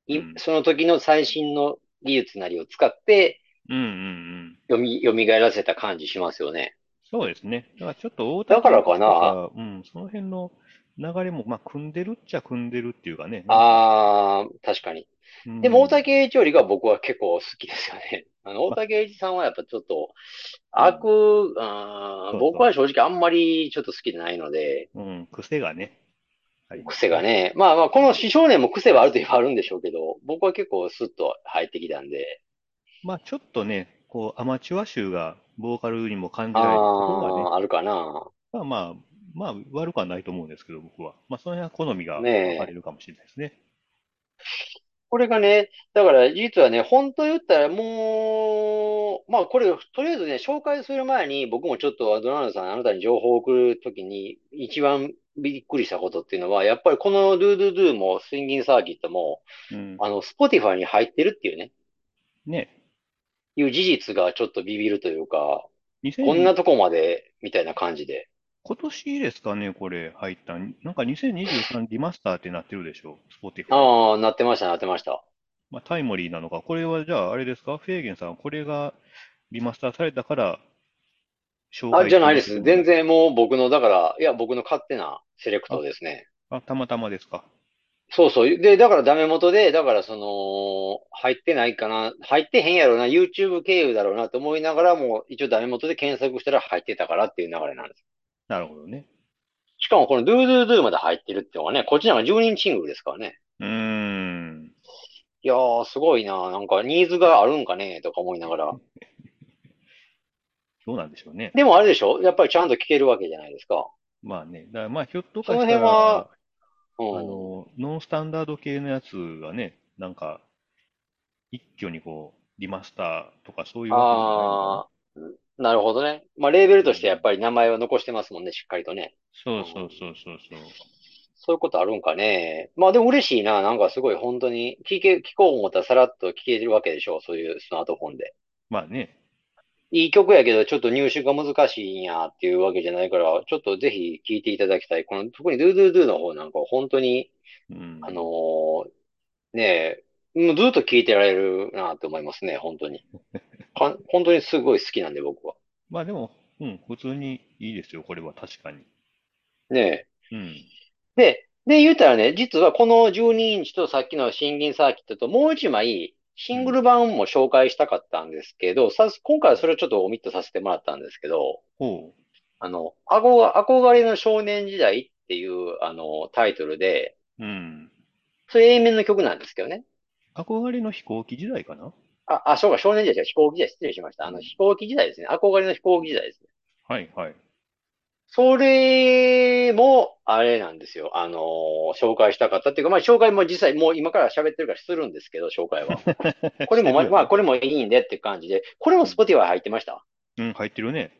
Speaker 2: い
Speaker 1: うん
Speaker 2: その時の最新の技術なりを使って、
Speaker 1: うんうんうん。
Speaker 2: よみ、蘇らせた感じしますよね。
Speaker 1: そうですね。だからちょっと大
Speaker 2: だからか
Speaker 1: 竹
Speaker 2: な
Speaker 1: とかうん、その辺の流れも、まあ、組んでるっちゃ組んでるっていうかね。
Speaker 2: ああ、確かに。
Speaker 1: うん
Speaker 2: でも、大竹栄一よりが僕は結構好きですよね。 あの、大竹栄一さんはやっぱちょっと、悪、あー
Speaker 1: そうそう
Speaker 2: 僕は正直あんまりちょっと好きじゃないので、
Speaker 1: うん、癖がね。はい
Speaker 2: 癖が。ね、まあまあ、この四少年も癖はあるといえばあるんでしょうけど、僕は結構スッと入ってきたんで、
Speaker 1: まあ、ちょっとね、こう、アマチュア集がボーカルにも感じ
Speaker 2: あ
Speaker 1: られるところが
Speaker 2: あ、あるかな。
Speaker 1: ね、まあまあ、まあ、悪くはないと思うんですけど、僕は。まあ、その辺は好みが
Speaker 2: ねえ
Speaker 1: 分かれるかもしれないですね。
Speaker 2: これがね、だから実はね、本当言ったらもう、まあこれ、とりあえずね、紹介する前に、僕もちょっとドナルドさん、あなたに情報を送るときに、一番びっくりしたことっていうのは、やっぱりこのドゥドゥドゥも、スインギンサーキットも、
Speaker 1: うん、
Speaker 2: あの、スポティファに入ってるっていうね、
Speaker 1: ね、
Speaker 2: いう事実がちょっとビビるというか、こん
Speaker 1: 2020
Speaker 2: なとこまで、みたいな感じで。
Speaker 1: 今年ですかね、これ、入った。なんか2023リマスターってなってるでしょ、Spotify。
Speaker 2: ああ、なってました、なってました。
Speaker 1: まあ、タイムリーなのか。これはじゃあ、あれですか、フェーゲンさん、これがリマスターされたから、紹
Speaker 2: あ、
Speaker 1: 介
Speaker 2: じゃないです。全
Speaker 1: 然。
Speaker 2: 然もう僕の、だから、いや、僕の勝手なセレクトですね。
Speaker 1: あ、たまたまですか。
Speaker 2: そうそう。で、だからダメ元で、だからその、入ってないかな、入ってへんやろな、YouTube 経由だろうなと思いながらも、一応ダメ元で検索したら入ってたからっていう流れなんです。
Speaker 1: なるほどね。
Speaker 2: しかもこのドゥードゥードゥまで入ってるっていうのはね、こっちなんか10人シングルですからね。
Speaker 1: うーん。
Speaker 2: いやー、すごいな。なんかニーズがあるんかね、とか思いながら。
Speaker 1: どうなんでしょうね。
Speaker 2: でもあれでしょやっぱりちゃんと聴けるわけじゃないですか。
Speaker 1: まあね、だからまあ、ひょっと
Speaker 2: そ
Speaker 1: か
Speaker 2: の
Speaker 1: した
Speaker 2: 辺
Speaker 1: ら
Speaker 2: は、、う
Speaker 1: あ
Speaker 2: ん。
Speaker 1: の、ノンスタンダード系のやつがね、なんか、一挙にこう、リマスターとかそういうわけじゃないのかな
Speaker 2: あー、なるほどね。まあ、レーベルとしてやっぱり名前は残してますもんね、しっかりとね。
Speaker 1: そうそうそうそうそう。
Speaker 2: そういうことあるんかね。まあでも嬉しいな。なんかすごい本当に聞け、聞こう思ったらさらっと聞けるわけでしょう。そういうスマートフォンで。
Speaker 1: まあね、
Speaker 2: いい曲やけど、ちょっと入手が難しいんやっていうわけじゃないから、ちょっとぜひ聞いていただきたい。この、特にドゥドゥドゥの方なんかは本当に、
Speaker 1: うん。
Speaker 2: あのーねえ、もうずっと聞いてられるなと思いますね。本当に。か本当にすごい好きなんで僕は。
Speaker 1: まあでも、うん、普通にいいですよ、これは確かに。
Speaker 2: ねえ。
Speaker 1: うん。
Speaker 2: で、で、言うたらね、実はこの12インチとさっきの新銀サーキットともう一枚シングル版も紹介したかったんですけど、さす、今回はそれをちょっとオミットさせてもらったんですけど、
Speaker 1: ほ
Speaker 2: あの、憧、憧れの少年時代っていう、あの、タイトルで、
Speaker 1: う。うん。
Speaker 2: それ A 面の曲なんですけどね。
Speaker 1: 憧れの飛行機時代かな
Speaker 2: あ、あ、そうか、少年時代じゃない飛行機時代失礼しました。あの、飛行機時代ですね。憧れの飛行機時代ですね。
Speaker 1: はいはい。
Speaker 2: それも、あれなんですよ。あの紹介したかったっていうか、まあ、紹介も実際もう今から喋ってるからするんですけど、紹介は。これもま、まあ、これもいいんでっていう感じで、これも Spotify 入ってました。
Speaker 1: うん、入ってるね。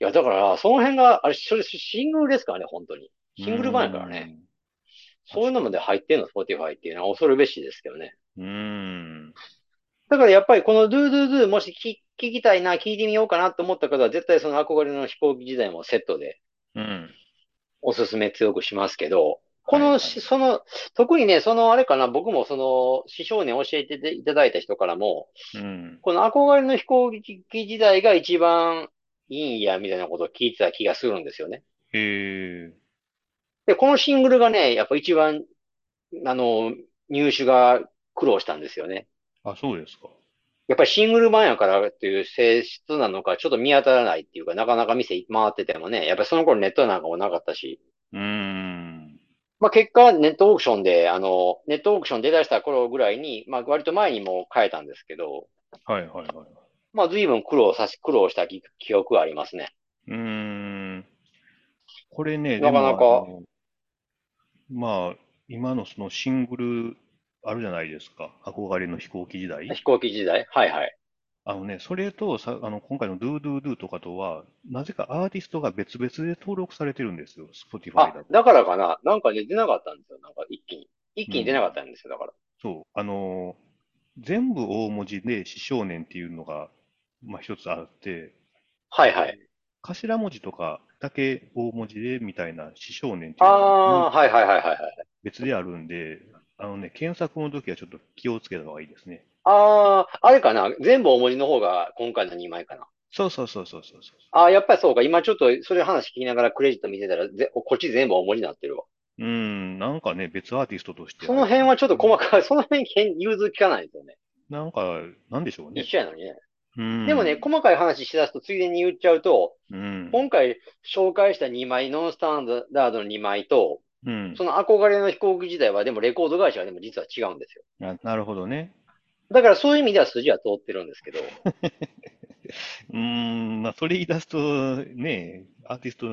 Speaker 2: いや、だから、その辺が、あれ、それシングルですからね、本当に。シングル版やからね。そういうのまで入ってんの、Spotify っていうのは恐るべしですけどね。
Speaker 1: うん。うん。
Speaker 2: だからやっぱりこの Do Do Do もし聞聞きたいな、聞いてみようかなと思った方は、絶対その憧れの飛行機時代もセットで
Speaker 1: うん。
Speaker 2: おすすめ強くしますけど、この、
Speaker 1: はいはい
Speaker 2: しその、特にね、そのあれかな、僕もその、師匠に教えていただいた人からも、
Speaker 1: うん。
Speaker 2: この憧れの飛行機時代が一番いいんや、みたいなことを聞いてた気がするんですよね。
Speaker 1: へえ。
Speaker 2: で、このシングルがね、やっぱ一番、あの、入手が苦労したんですよね。
Speaker 1: あ、そうですか。
Speaker 2: やっぱりシングル版やからっていう性質なのか、ちょっと見当たらないっていうか、なかなか店回っててもね、やっぱりその頃ネットなんかもなかったし、
Speaker 1: うーん。
Speaker 2: まあ、結果、ネットオークションで、あの、ネットオークション出だした頃ぐらいに、まあ、割と前にもう変えたんですけど、
Speaker 1: はいはいはい。
Speaker 2: まあ、随分苦労さし、苦労した記記憶がありますね。
Speaker 1: うーん。これね、
Speaker 2: なかな
Speaker 1: で
Speaker 2: か
Speaker 1: もあのまあ、今のそのシングルあるじゃないですか。憧れの飛行機時代。
Speaker 2: 飛行機時代はいはい。
Speaker 1: あのね、それとさ、あの、今回の Do Do Do とかとは、なぜかアーティストが別々で登録されてるんですよ。Spotify
Speaker 2: あ
Speaker 1: だと。、
Speaker 2: だからかな。なんかね、出なかったんですよ。なんか一気に。一気に出なかったんですよ。だから。
Speaker 1: そう。あのー、全部大文字で、死少年っていうのが、まあ一つあって、
Speaker 2: はいはい。
Speaker 1: 頭文字とかだけ大文字でみたいな死少年っていうのが
Speaker 2: ああー、はいはいはいはいはい。
Speaker 1: 別であるんで、あのね、検索の時はちょっと気をつけた方がいいですね。
Speaker 2: ああ、あれかな。全部大盛りの方が今回の2枚かな。
Speaker 1: そうそうそうそうそうそう。
Speaker 2: ああ、やっぱりそうか。今ちょっとそれ話聞きながらクレジット見てたら、ぜ、こっち全部大盛りになってるわ。
Speaker 1: うーん、なんかね、別アーティストとして
Speaker 2: その辺はちょっと細かい。その辺変、融通聞かないですよね。
Speaker 1: なんか、なんでしょうね
Speaker 2: 一。緒やのにね。
Speaker 1: うん。
Speaker 2: でもね、細かい話しだすとついでに言っちゃうと、
Speaker 1: うん。
Speaker 2: 今回紹介した2枚、ノンスタンダードの2枚と、
Speaker 1: うん
Speaker 2: その憧れの飛行機時代はでもレコード会社はでも実は違うんですよ。
Speaker 1: ななるほどね。
Speaker 2: だからそういう意味では筋は通ってるんですけど、
Speaker 1: うーん、まあ、それ言い出すと、ね、アーティスト、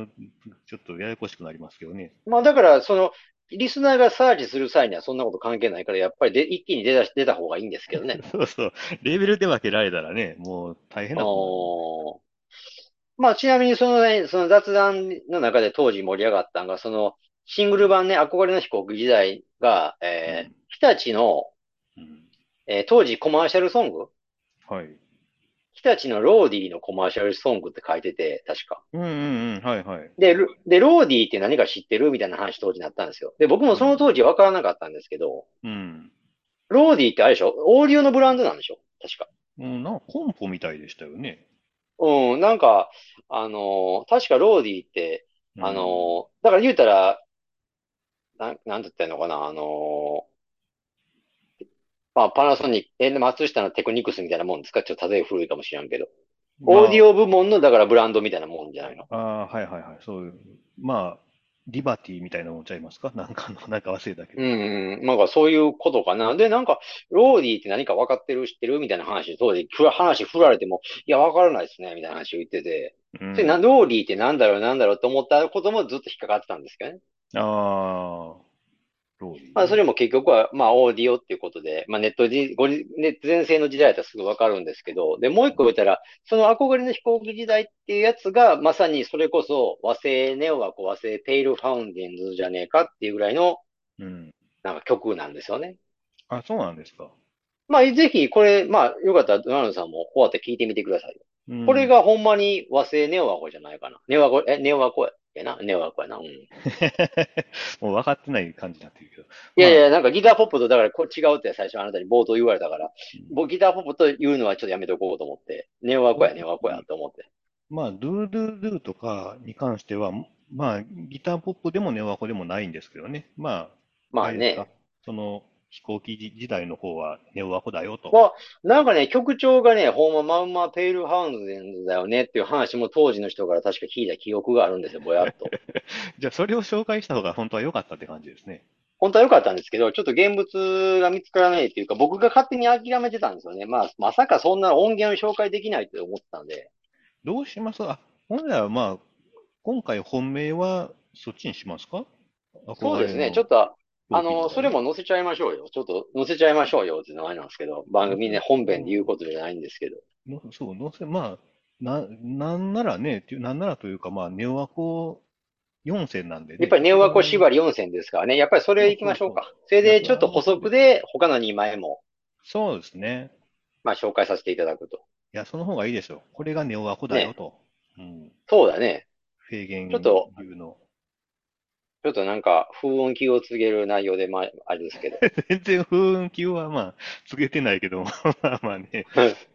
Speaker 1: ちょっとややこしくなりますけどね。
Speaker 2: まあだからその、リスナーがサーチする際にはそんなこと関係ないから、やっぱりで一気に出だし出た方がいいんですけどね。
Speaker 1: そうそう。レーベルで分けられたらね、もう大変なこ
Speaker 2: おーまあちなみにそのね、その雑談の中で当時盛り上がったのが、そのシングル版ね、憧れの飛行機時代が、
Speaker 1: とにな
Speaker 2: え
Speaker 1: る
Speaker 2: ー、日立の、
Speaker 1: うん
Speaker 2: えー当時コマーシャルソング
Speaker 1: うんはい。
Speaker 2: 日立のローディのコマーシャルソングって書いてて、確か。
Speaker 1: うんうんうん、はいはい。
Speaker 2: で、ルで、ローディって何か知ってるみたいな話当時になったんですよ。で、僕もその当時分からなかったんですけど、
Speaker 1: うん。
Speaker 2: ローディってあれでしょオーディオのブランドなんでしょ確か。
Speaker 1: うん、なんかコンポみたいでしたよね。
Speaker 2: うん、なんか、あのー確かローディって、
Speaker 1: うん
Speaker 2: あのーだから言うたら、なん、なんて言ったらいいのかな、あのーまあ、パナソニック、え、松下のテクニクスみたいなもんですかちょっと例え古いかもしれんけど。
Speaker 1: まあ
Speaker 2: オーディオ部門の、だからブランドみたいなもんじゃないの
Speaker 1: ああー、はいはいはい。そういう、まあ、リバティみたいなのもちゃいますか なんかあの、なんか忘れたけ
Speaker 2: う
Speaker 1: ど。
Speaker 2: んうん、なんかそういうことかな。で、なんか、ローディーって何か分かってる、知ってるみたいな話、当時、ふら話振られても、いや、分からないですね、みたいな話を言ってて、
Speaker 1: うん
Speaker 2: それな、ローディーってなんだろう、なんだろうと思ったこともずっと引っかかってたんですけどね。
Speaker 1: ああ、ローリー
Speaker 2: まあ、それも結局は、まあ、オーディオっていうことで、まあ、ネットじ、ごじ、ネット全盛の時代だったらすぐ分かるんですけど、で、もう一個言ったら、その憧れの飛行機時代っていうやつが、まさにそれこそ、和製ネオワコ、和製ペイルファウンデンズじゃねえかっていうぐらいの、
Speaker 1: うん。
Speaker 2: なんか曲なんですよね。
Speaker 1: あ、そうなんですか。
Speaker 2: まあ、ぜひ、これ、まあ、よかったら、ドナルドさんも終わって聞いてみてください。
Speaker 1: うん
Speaker 2: これ、がほんまに和製ネオワコじゃないかな。ネオワコ、え、ネオワコやな。ネオワコやな。うん。い
Speaker 1: もう分かってない感じになってるけど。
Speaker 2: やいや、なんかギターポップと、だからこう違うって最初あなたに冒頭言われたから、僕ギターポップと言うのはちょっとやめとこうと思って、ネオワコや、ネオワコやと思って。
Speaker 1: まあ、ドゥドゥドゥとかに関しては、まあ、ギターポップでもネオワコでもないんですけどね。まあ、
Speaker 2: まあ
Speaker 1: れです
Speaker 2: ね
Speaker 1: か。。その飛行機時代の方はネオワコだよと。
Speaker 2: わなんかね、曲調がね、ほんままんまペイルハウンデンズだよねっていう話も当時の人から確か聞いた記憶があるんですよ、ぼやっと。
Speaker 1: じゃあ、それを紹介した方が本当は良かったって感じですね。
Speaker 2: 本当は良かったんですけど、ちょっと現物が見つからないっていうか、僕が勝手に諦めてたんですよね。まあ、まさかそんな音源を紹介できないって思ってたんで。
Speaker 1: どうしますあ、ほんならまあ、今回本命はそっちにしますか
Speaker 2: そうですね。ちょっ
Speaker 1: と、
Speaker 2: と、あ
Speaker 1: あ
Speaker 2: の、それ。も載せちゃいましょうよ。ちょっと載せちゃいましょうよっていうのはあれなんですけど、番組ね、本編で言うことじゃないんですけど。
Speaker 1: のそう、のせ、まあ、な、なんならね、っていうなんならというか、まあ、ネオワコ4選なんでね。
Speaker 2: やっぱりネオワコ縛り4選ですからね。やっぱりそれ行きましょうか。それでちょっと補足で他の2枚も、
Speaker 1: そうですね。
Speaker 2: まあ、紹介させていただくと。
Speaker 1: いや、その方がいいでしょ。これがネオワコだよと。うん。
Speaker 2: そうだね。
Speaker 1: フェーゲン
Speaker 2: ちょっと
Speaker 1: 流の。
Speaker 2: ちょっとなんか、風雲気を告げる内容で、まあ、あれです けど。
Speaker 1: 全然風雲級はまあ、告げてないけども、 まあまあね、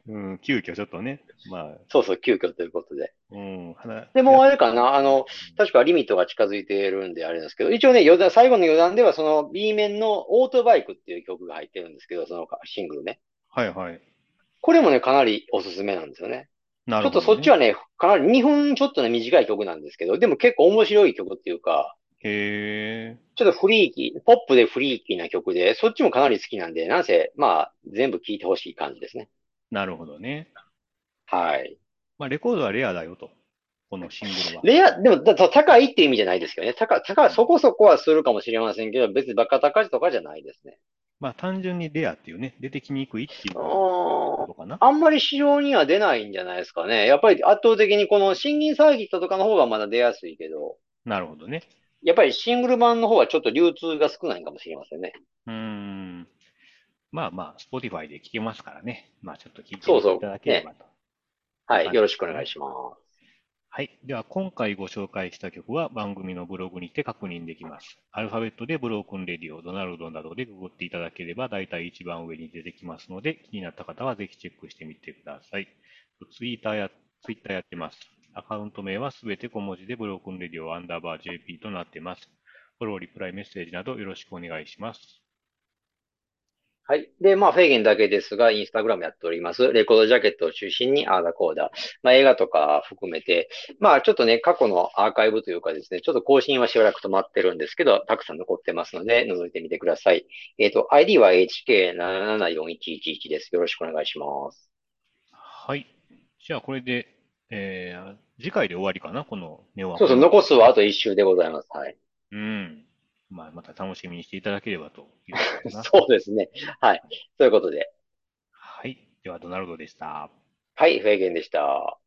Speaker 1: うん、急遽ちょっとね、まあ、
Speaker 2: そうそう、急遽ということで。
Speaker 1: うん、話、
Speaker 2: でもうあれかな、あの、確かリミットが近づいているんであれなんですけど、一応ね、余談、最後の余談ではその B 面のオートバイクっていう曲が入ってるんですけど、そのシングルね。
Speaker 1: はいはい。
Speaker 2: これもね、かなりおすすめなんですよね。
Speaker 1: な
Speaker 2: ち
Speaker 1: る
Speaker 2: ょっ
Speaker 1: ほど
Speaker 2: とそっち
Speaker 1: ね。
Speaker 2: はね、かなり2分ちょっとね、短い曲なんですけど、でも結構面白い曲っていうか、
Speaker 1: へえ。
Speaker 2: ちょっとフリーキー、ポップでフリーキーな曲で、そっちもかなり好きなんで、なんせ、まあ、全部聴いてほしい感じですね。
Speaker 1: なるほどね。
Speaker 2: はい。
Speaker 1: まあ、レコードはレアだよと。このシングルは。
Speaker 2: レア、でも、だだ高いって意味じゃないですけどね。高、高、そこそこはするかもしれませんけど、別にバカ高いとかじゃないですね。
Speaker 1: まあ、単純にレアっていうね、出てきにくいっていう
Speaker 2: う
Speaker 1: こ
Speaker 2: ーん。
Speaker 1: とかな。
Speaker 2: あんまり市場には出ないんじゃないですかね。やっぱり圧倒的にこの新銀サーキットとかの方がまだ出やすいけど、
Speaker 1: なるほどね。
Speaker 2: やっぱりシングル版の方はちょっと流通が少ないかもしれませんね。
Speaker 1: うーん。まあまあ、Spotify で聴けますからね。まあ、ちょっと聴いて
Speaker 2: そうそう
Speaker 1: いただければと。
Speaker 2: はい。よろしくお願いします。
Speaker 1: はい。では、今回ご紹介した曲は番組のブログにて確認できます。アルファベットでブロークンレディオ、ドナルドなどでググっていただければ、だいたい一番上に出てきますので、気になった方はぜひチェックしてみてください。ツイッターや、ツイッターやってます。アカウント名はすべて小文字でブロークンレディオアンダーバー JP となってます。フォロー、リプライ、メッセージなどよろしくお願いします。
Speaker 2: はい。で、まあ、フェーゲンだけですが、インスタグラムやっております。レコードジャケットを中心に、あーだこーだ。まあ、映画とか含めて、まあ、ちょっとね、過去のアーカイブというかですね、ちょっと更新はしばらく止まってるんですけど、たくさん残ってますので、覗いてみてください。えっと、ID は HK774111 です。よろしくお願いします。
Speaker 1: はい。じゃあ、これで、えー、次回で終わりかな、このネオア
Speaker 2: そうそう、残すはあと一周でございます。はい。
Speaker 1: うん。まあ、また楽しみにしていただければということかな。
Speaker 2: そうですね。はい。ということで、
Speaker 1: はい。では、ドナルドでした。
Speaker 2: はい、フェーゲンでした。